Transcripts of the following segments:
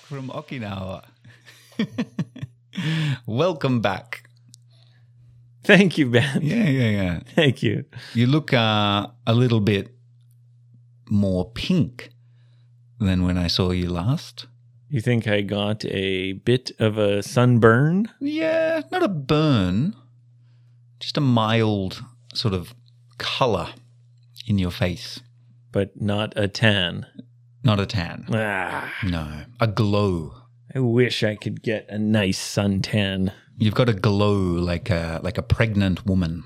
from Okinawa. Welcome back. Thank you, Ben. Yeah, yeah, yeah. Thank you. You look uh, a little bit more pink than when I saw you last. You think I got a bit of a sunburn? Yeah, not a burn, just a mild sort of color in your face. but not a tan. Not a tan. Ah, No, a glow. I wish I could get a nice suntan. You've got a glow like a like a pregnant woman.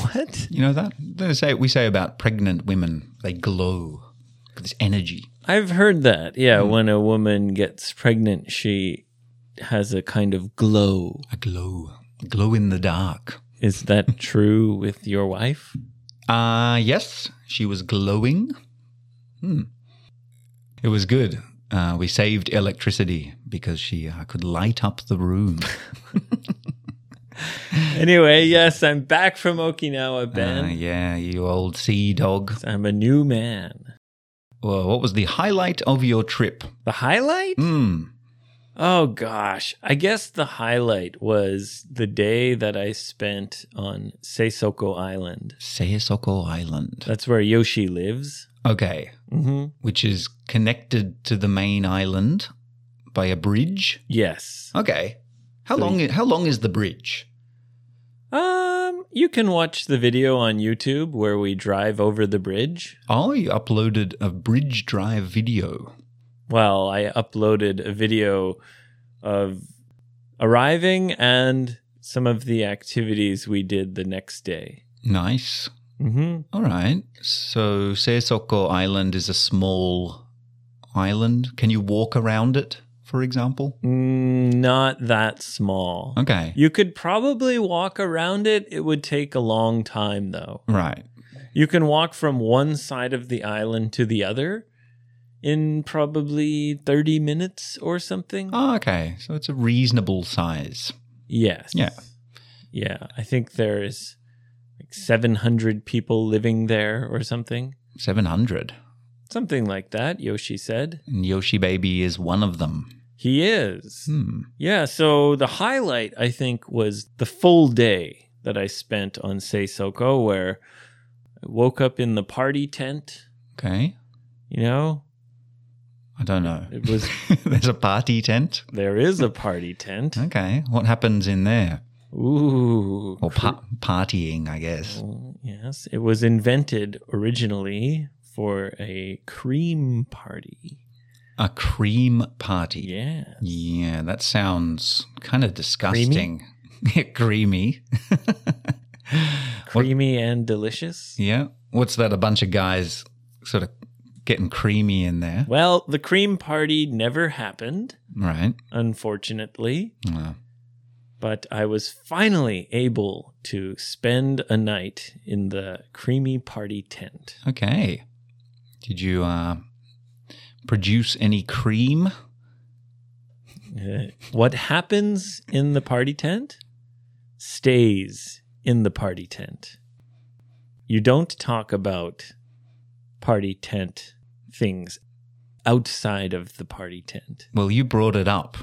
What? You know that they say we say about pregnant women they glow with this energy. I've heard that. Yeah, when a woman gets pregnant, she has a kind of glow. A glow, glow in the dark. Is that true with your wife? Uh yes, she was glowing. Hmm. It was good. Uh, we saved electricity because she uh, could light up the room. Anyway, yes, I'm back from Okinawa, Ben. Uh, yeah, you old sea dog. I'm a new man. Well, what was the highlight of your trip? The highlight? Hmm. Oh gosh, I guess the highlight was the day that I spent on Seisoko Island. Seisoko Island. That's where Yoshi lives. Okay, Mm-hmm. which is connected to the main island by a bridge. Yes. Okay, how So long? How long is the bridge? Um, you can watch the video on YouTube where we drive over the bridge. Oh, you uploaded a bridge drive video. Well, I uploaded a video of arriving and some of the activities we did the next day. Nice. Mm-hmm. All right. So Seisoko Island is a small island. Can you walk around it, for example? Mm, not that small. Okay. You could probably walk around it. It would take a long time, though. Right. You can walk from one side of the island to the other in probably 30 minutes or something. Oh, okay. So it's a reasonable size. Yes. Yeah. Yeah. I think there's like 700 people living there or something. 700. Something like that, Yoshi said. And Yoshi Baby is one of them. He is. Hmm. Yeah. So the highlight, I think, was the full day that I spent on Seisoko, where I woke up in the party tent, Okay. you know? I don't know. It was- There's a party tent. There is a party tent. Okay. What happens in there? Ooh. Or pa- partying, I guess. Well, Yes, it was invented originally for a cream party. A cream party. Yeah. Yeah, that sounds kind of disgusting. Yeah, Creamy. Creamy and delicious. Yeah. What's that? A bunch of guys sort of getting creamy in there. Well, the cream party never happened, Right. unfortunately, Uh, but I was finally able to spend a night in the creamy party tent. okay. Did you uh, produce any cream? Uh, what happens in the party tent stays in the party tent. You don't talk about party tent things outside of the party tent. Well, you brought it up.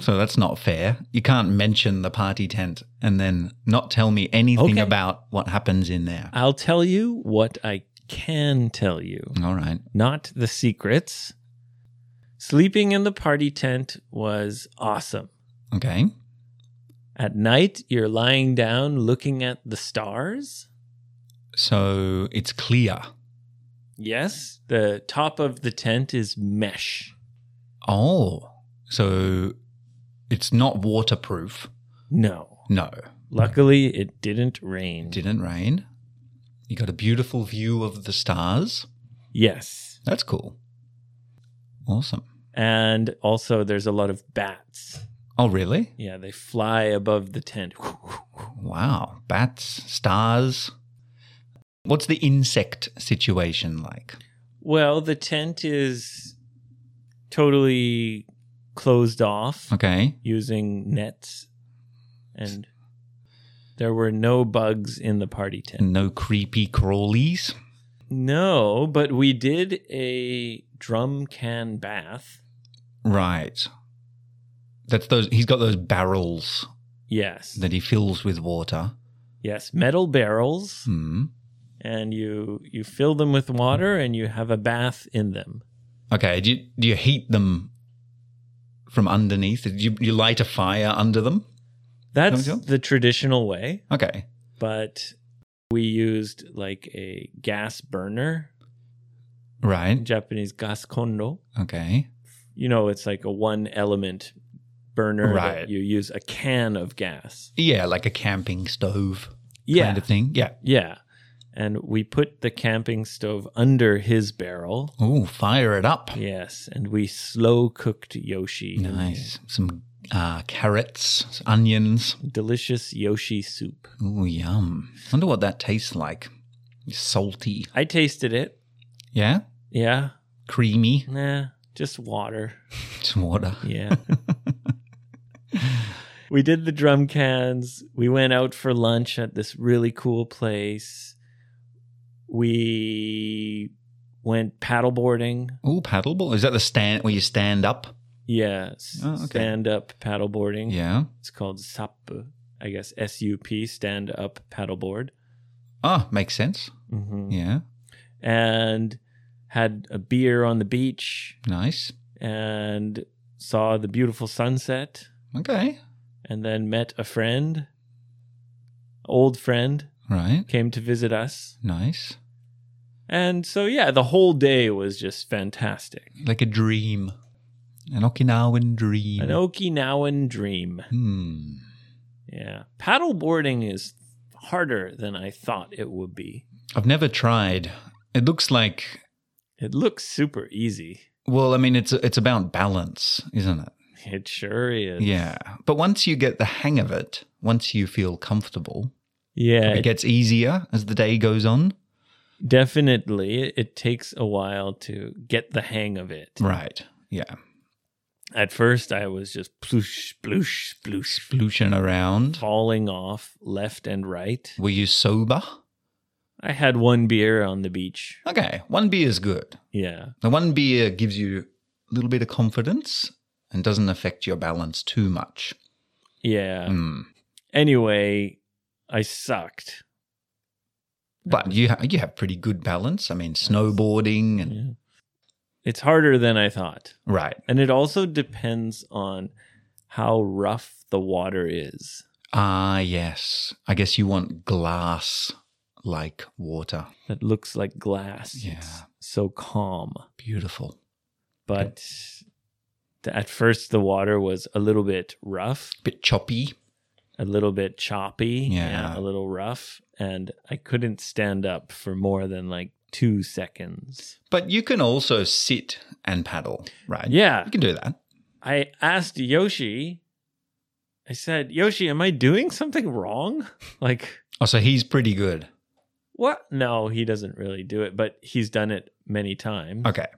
So that's not fair. You can't mention the party tent and then not tell me anything Okay. Uh, about what happens in there. I'll tell you what I can tell you, All right. not the secrets. Sleeping in the party tent was awesome. Okay. At night, you're lying down looking at the stars. So it's clear. Yes, the top of the tent is mesh. Oh, so it's not waterproof. No. No, Luckily, it didn't rain. it didn't rain. You got a beautiful view of the stars. yes. That's cool. Awesome. And also, there's a lot of bats. Oh, really? Yeah, they fly above the tent. Wow. Bats, stars. What's the insect situation like? Well, the tent is totally closed off Okay. using nets. And there were no bugs in the party tent. And no creepy crawlies. No, but we did a drum can bath. Right. That's those. He's got those barrels Yes. that he fills with water. yes, metal barrels Hmm. and you you fill them with water and you have a bath in them. Okay. Do you, do you heat them from underneath? Do you, you light a fire under them? That's Sounds good. the traditional way, Okay. but we used like a gas burner, Right. Japanese gas kondo. Okay. You know, it's like a one element burner Right. that you use a can of gas. Yeah, like a camping stove Yeah. kind of thing. Yeah. Yeah. And we put the camping stove under his barrel. Ooh, fire it up. Yes, and we slow cooked Yoshi. in Nice. Some uh, carrots, onions. there. Delicious Yoshi soup. Ooh, yum. Wonder what that tastes like. Salty. I tasted it. Yeah. Yeah. Creamy. Nah, just water. Some water. Yeah. we did the drum cans. We went out for lunch at this really cool place. We went paddleboarding. Ooh, paddleboard. Is that the stand where you stand up? Yes. Oh, okay. Stand up paddleboarding. Yeah. It's called SUP, I guess S U P, stand up paddleboard. Ah, makes sense. Mm-hmm. Yeah. And had a beer on the beach Nice. and saw the beautiful sunset Okay. and then met a friend, old friend, Right. came to visit us. Nice. And so, yeah, the whole day was just fantastic. Like a dream. An Okinawan dream. An Okinawan dream. Hmm. Yeah. Paddleboarding is harder than I thought it would be. I've never tried. It looks like It looks super easy. well, I mean it's it's about balance, isn't it? It sure is. Yeah. But once you get the hang of it, once you feel comfortable, Yeah, it it- gets easier as the day goes on. definitely. It- It takes a while to get the hang of it. Right. Yeah. At first, I was just ploosh, ploosh, ploosh, Splooshing around. falling off left and right. Were you sober? I had one beer on the beach. Okay. One beer is good. Yeah. The one beer gives you a little bit of confidence and doesn't affect your balance too much. Yeah. Mm. Anyway, I sucked. But you ha- you have pretty good balance. I mean, snowboarding and Yeah. It's harder than I thought. right. And it also depends on how rough the water is. Ah, yes. I guess you want glass like water. It looks like glass. Yeah. It's so calm. Beautiful. But th- at first, the water was a little bit rough, Bit choppy. a little bit choppy, Yeah. a little rough. And I couldn't stand up for more than like two seconds. But you can also sit and paddle, right? Yeah. You can do that. I asked Yoshi, I said, Yoshi, am I doing something wrong? Like, Oh, so he's pretty good. what? No, he doesn't really do it, but he's done it many times. Okay.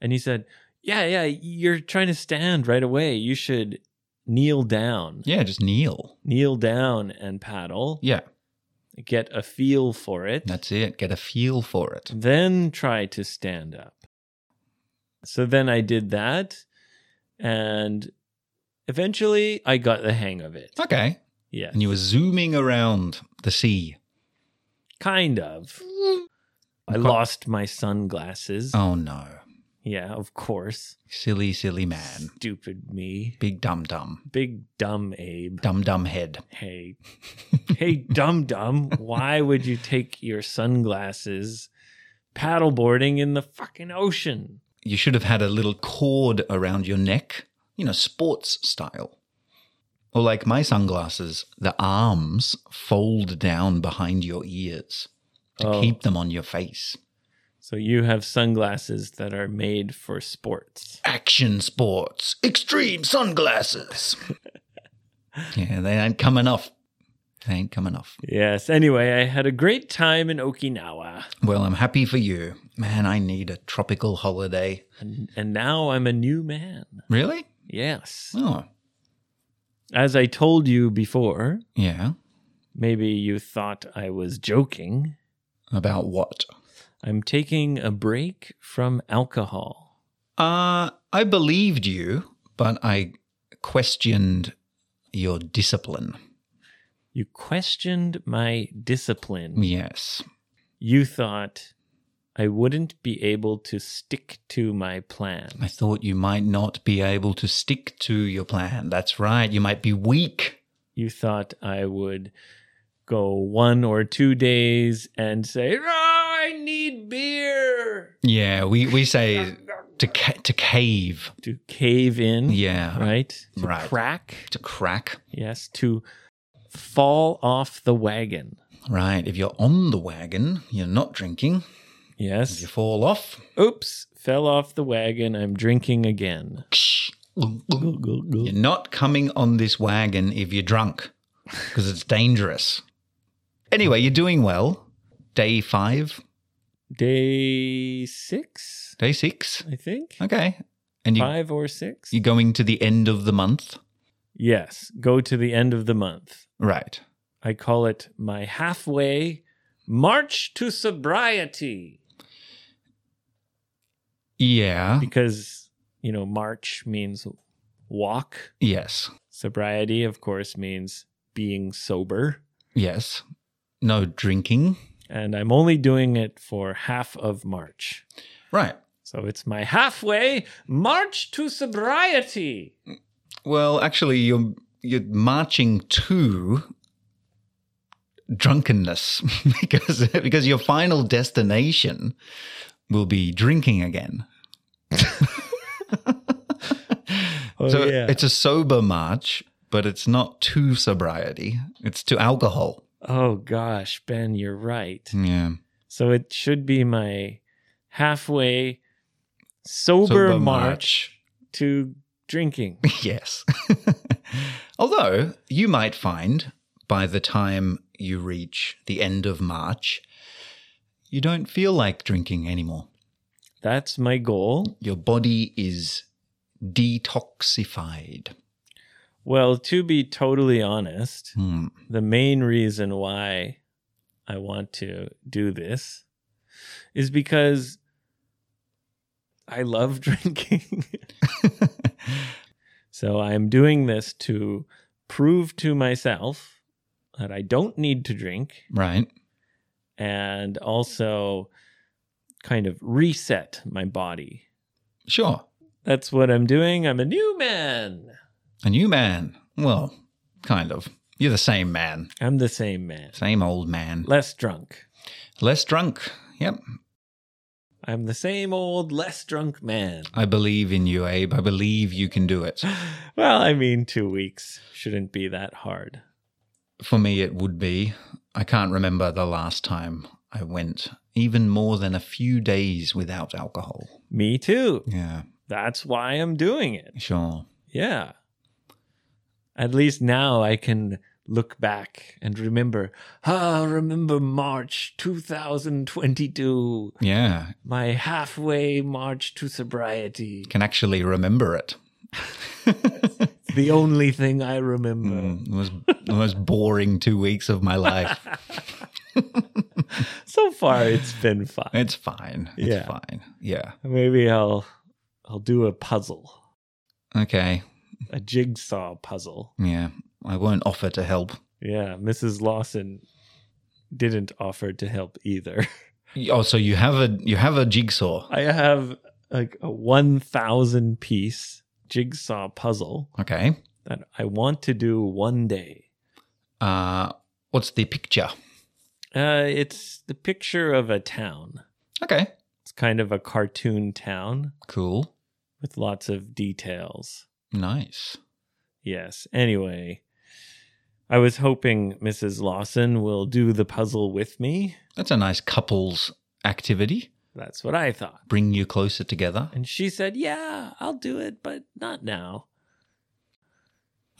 And he said, Yeah, yeah, you're trying to stand right away. You should kneel down, Yeah, just kneel. kneel down and paddle, Yeah, get a feel for it, that's it. Get a feel for it. then try to stand up. So then I did that. And eventually I got the hang of it. Okay. Yeah. And you were zooming around the sea. Kind of. I Quite- lost my sunglasses. Oh, no. Yeah, of course. Silly, silly man. Stupid me. Big dum dum. Big dumb Abe. Dum dum head. Hey. hey, dumb dumb. Why would you take your sunglasses paddleboarding in the fucking ocean? You should have had a little cord around your neck, you know, sports style. Or like my sunglasses, the arms fold down behind your ears to Oh. keep them on your face. So you have sunglasses that are made for sports. Action sports, extreme sunglasses. yeah, they ain't coming off. They ain't coming off. Yes. Anyway, I had a great time in Okinawa. Well, I'm happy for you. Man, I need a tropical holiday. And, and now I'm a new man. Really? Yes. Oh, As I told you before, yeah. Maybe you thought I was joking. About what? I'm taking a break from alcohol. Uh, I believed you, but I questioned your discipline. You questioned my discipline. Yes. You thought I wouldn't be able to stick to my plan. I thought you might not be able to stick to your plan. That's right. You might be weak. You thought I would go one or two days and say, "Ah, I need beer Yeah, we, we say to, ca- to cave. to cave in, Yeah. Hmm. right? To Right. crack, To crack. yes, to fall off the wagon, Right. If you're on the wagon, you're not drinking. If you yes. fall off, Oops, fell off the wagon. I'm drinking again. you're Go, go, go. not coming on this wagon if you're drunk because it's dangerous. Anyway, you're doing well. Day five, Day six, day six. I think. Okay. And you, Five or six? you're going to the end of the month. Yes, go to the end of the month. Right. I call it my halfway march to sobriety Yeah. because, you know, march means walk. Yes. Sobriety, of course, means being sober. Yes. No drinking. And I'm only doing it for half of March. Right. So it's my halfway march to sobriety. Well, actually, you're you're marching to drunkenness because because your final destination will be drinking again. Oh, so yeah. it's a sober march, but it's not to sobriety; it's to alcohol. Oh, gosh, Ben, you're right. Yeah, So it should be my halfway sober, march, to drinking. Yes. Although you might find by the time you reach the end of March, you don't feel like drinking anymore. That's my goal. Your body is detoxified. Well, to be totally honest, Hmm. the main reason why I want to do this is because I love drinking. so I'm doing this to prove to myself that I don't need to drink right. and also kind of reset my body. Sure. That's what I'm doing. I'm a new man. A new man. Well, kind of. You're the same man, I'm the same man, same old man. less drunk. Less drunk. Yep. I'm the same old, less drunk man. I believe in you, Abe. I believe you can do it. Well, I mean, two weeks shouldn't be that hard. For me, it would be. I can't remember the last time I went even more than a few days without alcohol. Me too. Yeah, That's why I'm doing it. sure. Yeah. At least now I can look back and remember. Ah, remember March 2022. Yeah, my halfway march to sobriety. can actually remember it. The only thing I remember. Mm, it was the most boring two weeks of my life. So far, it's been fun. It's fine. It's Yeah. fine. Yeah. Maybe I'll I'll do a puzzle, Okay. a jigsaw puzzle. Yeah. I won't offer to help. Yeah, Mrs. Lawson didn't offer to help either. Oh, so you have a you have a jigsaw. I have like a one thousand piece jigsaw puzzle Okay. that I want to do one day. Uh, what's the picture? Uh, it's the picture of a town. Okay. It's kind of a cartoon town. Cool. with lots of details. Nice. Yes. Anyway, I was hoping Mrs. Lawson will do the puzzle with me. That's a nice couples activity. That's what I thought. Bring you closer together. And she said, Yeah, I'll do it, but not now.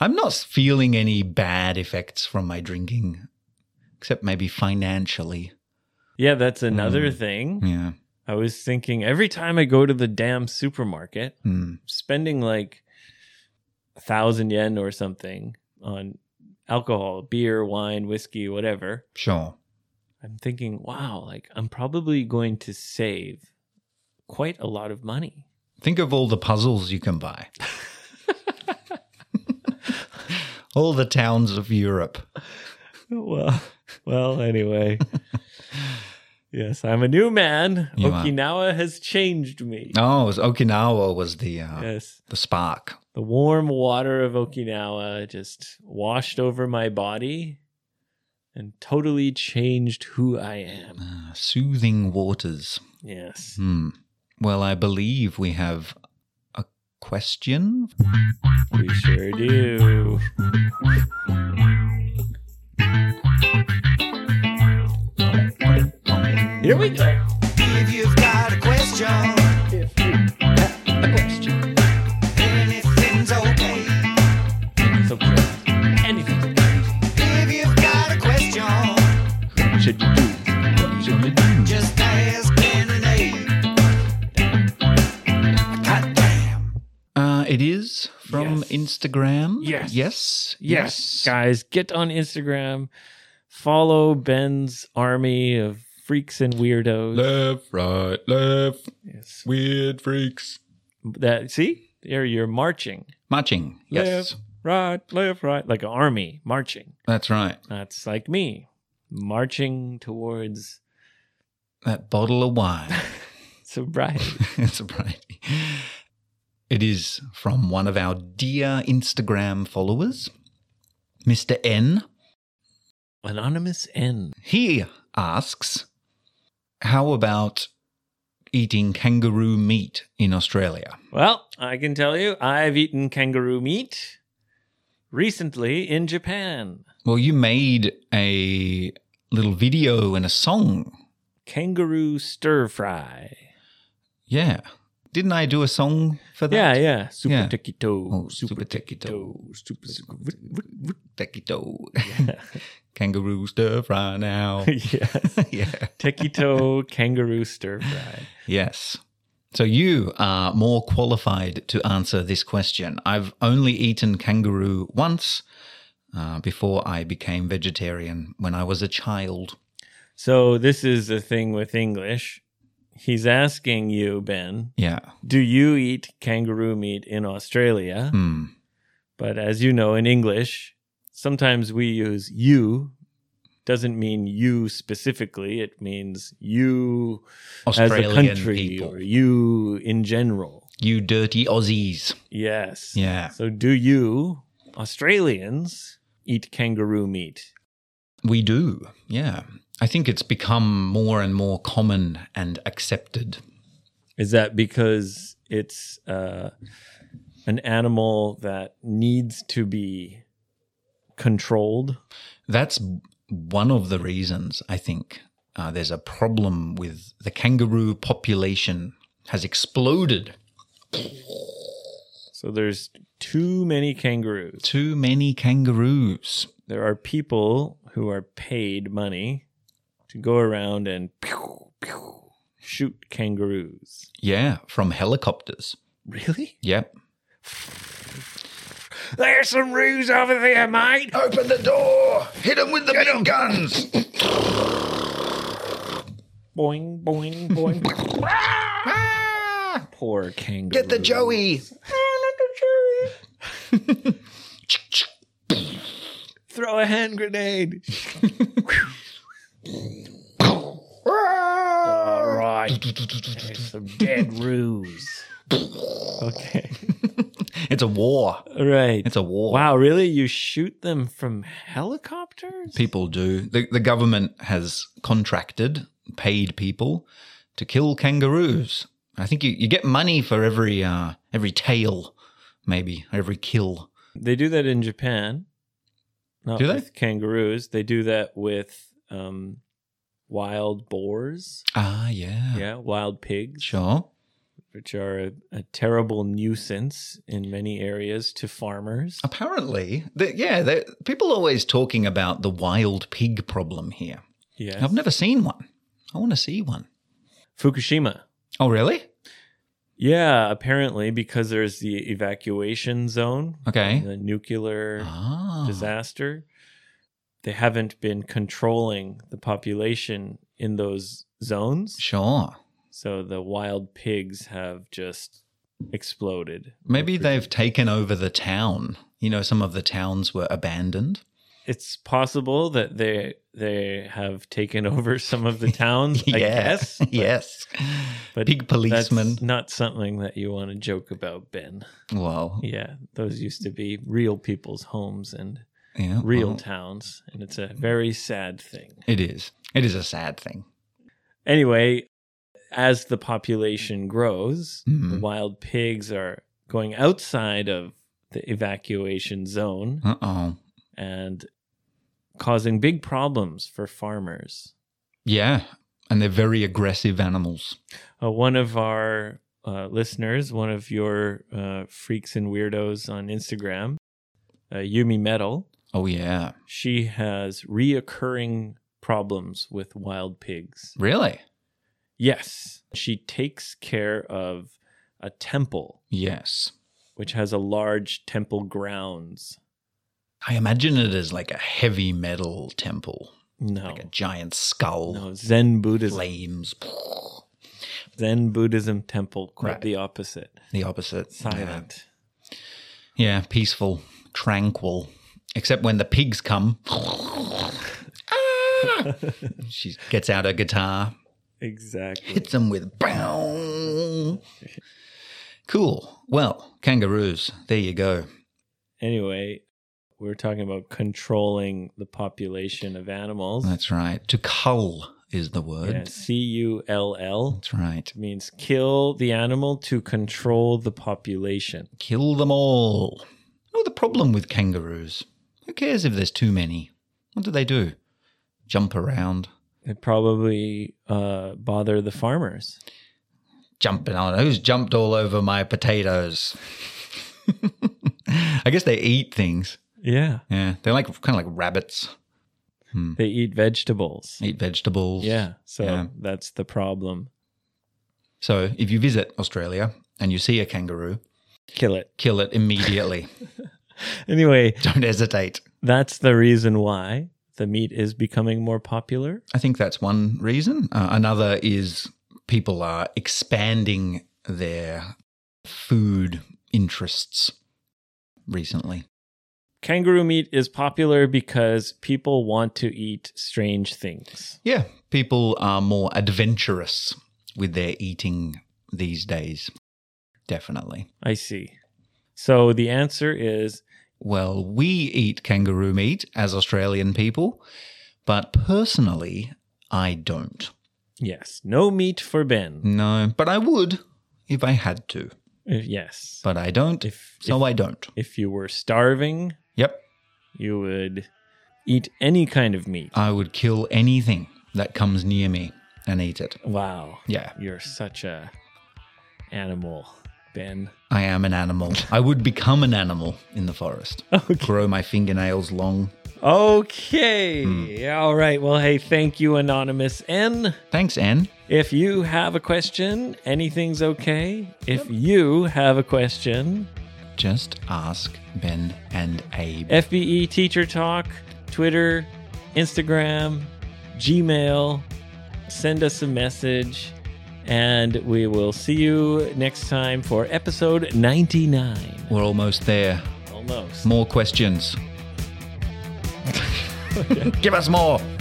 I'm not feeling any bad effects from my drinking, except maybe financially. Yeah, that's another Mm. thing. Yeah. I was thinking every time I go to the damn supermarket, Hmm. spending like a thousand yen or something on alcohol, beer, wine, whiskey, whatever. Sure. I'm thinking, wow, like I'm probably going to save quite a lot of money. Think of all the puzzles you can buy. all the towns of Europe. well, well, anyway. yes, I'm a new man. You are. Okinawa has changed me. Oh, it was Okinawa was the uh, Yes. the spark. The warm water of Okinawa just washed over my body and totally changed who I am. Uh, soothing waters. Yes. Hmm. Well, I believe we have a question. We sure do. Here we go. If you've got a question, A question. anything's okay. So great. Anything. If you've got a question, Should you do? just ask Kennedy. Goddamn. Uh, it is from Yes. Instagram. Yes. Yes. Yes, guys, get on Instagram, follow Ben's army of freaks and weirdos. Left, right, left, Yes. weird freaks. That see, you're you're marching Marching. Yes. Left. right, left, right, like an army marching. That's right. That's like me, marching towards That bottle of wine. sobriety. That's right. It is from one of our dear Instagram followers, Mr. N. Anonymous N. He asks, How about eating kangaroo meat in Australia? Well, I can tell you, I've eaten kangaroo meat recently in Japan. Well, you made a little video and a song. Kangaroo stir fry. Yeah. Didn't I do a song for that? Yeah, yeah. Super Yeah. tekito. Oh, super super tekito. tekito. Super, super, wut, wut, wut. Tekito. kangaroo stir fry now. yes. yeah. Tekito kangaroo stir fry. Yes. So you are more qualified to answer this question. I've only eaten kangaroo once uh, before I became vegetarian when I was a child. So this is the thing with English. He's asking you, Ben, Yeah. do you eat kangaroo meat in Australia? Hmm. But as you know, in English, sometimes we use you. Doesn't mean you specifically. It means you Australian as a country people. or you in general. You dirty Aussies. Yes. Yeah. So, do you Australians eat kangaroo meat? We do. Yeah. I think it's become more and more common and accepted. Is that because it's uh, an animal that needs to be controlled? That's one of the reasons I think uh, there's a problem with the kangaroo population has exploded. So, there's too many kangaroos. Too many kangaroos. There are people who are paid money to go around and pew, pew, shoot kangaroos. Yeah, from helicopters. Really? Yep. There's some roos over there, mate. Open the door! Hit them with the big guns! Boing, boing, boing. Ah! Poor kangaroo. Get the Joey! Throw a hand grenade. All right. There's some dead ruse. Okay. It's a war. All right. It's a war. Wow, really? You shoot them from helicopters? People do. The, the government has contracted, paid people to kill kangaroos. I think you, you get money for every uh, every tail, maybe every kill. They do that in Japan. Not Do they? with kangaroos. They do that with um, wild boars. Ah, yeah, Yeah, wild pigs. sure. which are a, a terrible nuisance in many areas to farmers. Apparently, the, yeah, the, people are always talking about the wild pig problem here. Yes. I've never seen one. I want to see one. Fukushima. Oh, really? Yeah, apparently because there's the evacuation zone, Okay. the nuclear Ah, disaster. They haven't been controlling the population in those zones. sure. So the wild pigs have just exploded. Maybe they've taken over the town. You know, some of the towns were abandoned. It's possible that they they have taken over some of the towns. I guess. but- yes. but Big policeman. That's not something that you want to joke about, Ben. Well, Yeah, those used to be real people's homes and yeah, real well, towns, and it's a very sad thing. It is. It is a sad thing. Anyway, as the population grows, the Mhm. wild pigs are going outside of the evacuation zone Uh oh. and causing big problems for farmers. Yeah. And they're very aggressive animals. Uh, one of our uh, listeners, one of your uh, freaks and weirdos on Instagram, uh, Yumi Metal, Oh, yeah. she has reoccurring problems with wild pigs. Really? Yes, she takes care of a temple, Yes. which has a large temple grounds. I imagine it as like a heavy metal temple, No, like a giant skull, no, Zen Buddhism. flames. Zen Buddhism temple, quite Right. the opposite. The opposite. Yeah. Silent. Yeah, peaceful, tranquil. Except when the pigs come. Ah! she gets out her guitar, Exactly. hits them with bang. Cool. Well, kangaroos, there you go. anyway, we're talking about controlling the population of animals. That's right. To cull is the word. Yeah, C U L L That's right. means kill the animal to control the population. Kill them all. No, the problem with kangaroos. Who cares if there's too many? What do they do? Jump around, It probably uh, bother the farmers. jumping on. Who's jumped all over my potatoes? I guess they eat things. Yeah, Yeah, they're like kind of like rabbits. they eat vegetables. Eat vegetables. Yeah, so Yeah. that's the problem. So if you visit Australia and you see a kangaroo, Kill it. kill it immediately. Anyway, Don't hesitate. that's the reason why the meat is becoming more popular. I think that's one reason. Uh, another is people are expanding their food interests recently. Kangaroo meat is popular because people want to eat strange things. Yeah, people are more adventurous with their eating these days. Definitely. I see. So the answer is Well, we eat kangaroo meat as Australian people, but personally, I don't. yes. No meat for Ben. No, but I would if I had to, Uh, Yes. but I don't, If so if, I don't. if you were starving, Yep, you would eat any kind of meat. I would kill anything that comes near me and eat it. Wow. Yeah, You're such a animal, Ben. I am an animal. I would become an animal in the forest. Grow my fingernails long. Okay. All right. Well, hey, thank you, Anonymous N. Thanks, Anne. If you have a question, anything's okay. If you have a question, Just ask Ben and Abe. FBE E Teacher Talk, Twitter, Instagram, Gmail. Send us a message, and we will see you next time for episode 99. We're almost there. Almost. More questions. Give us more.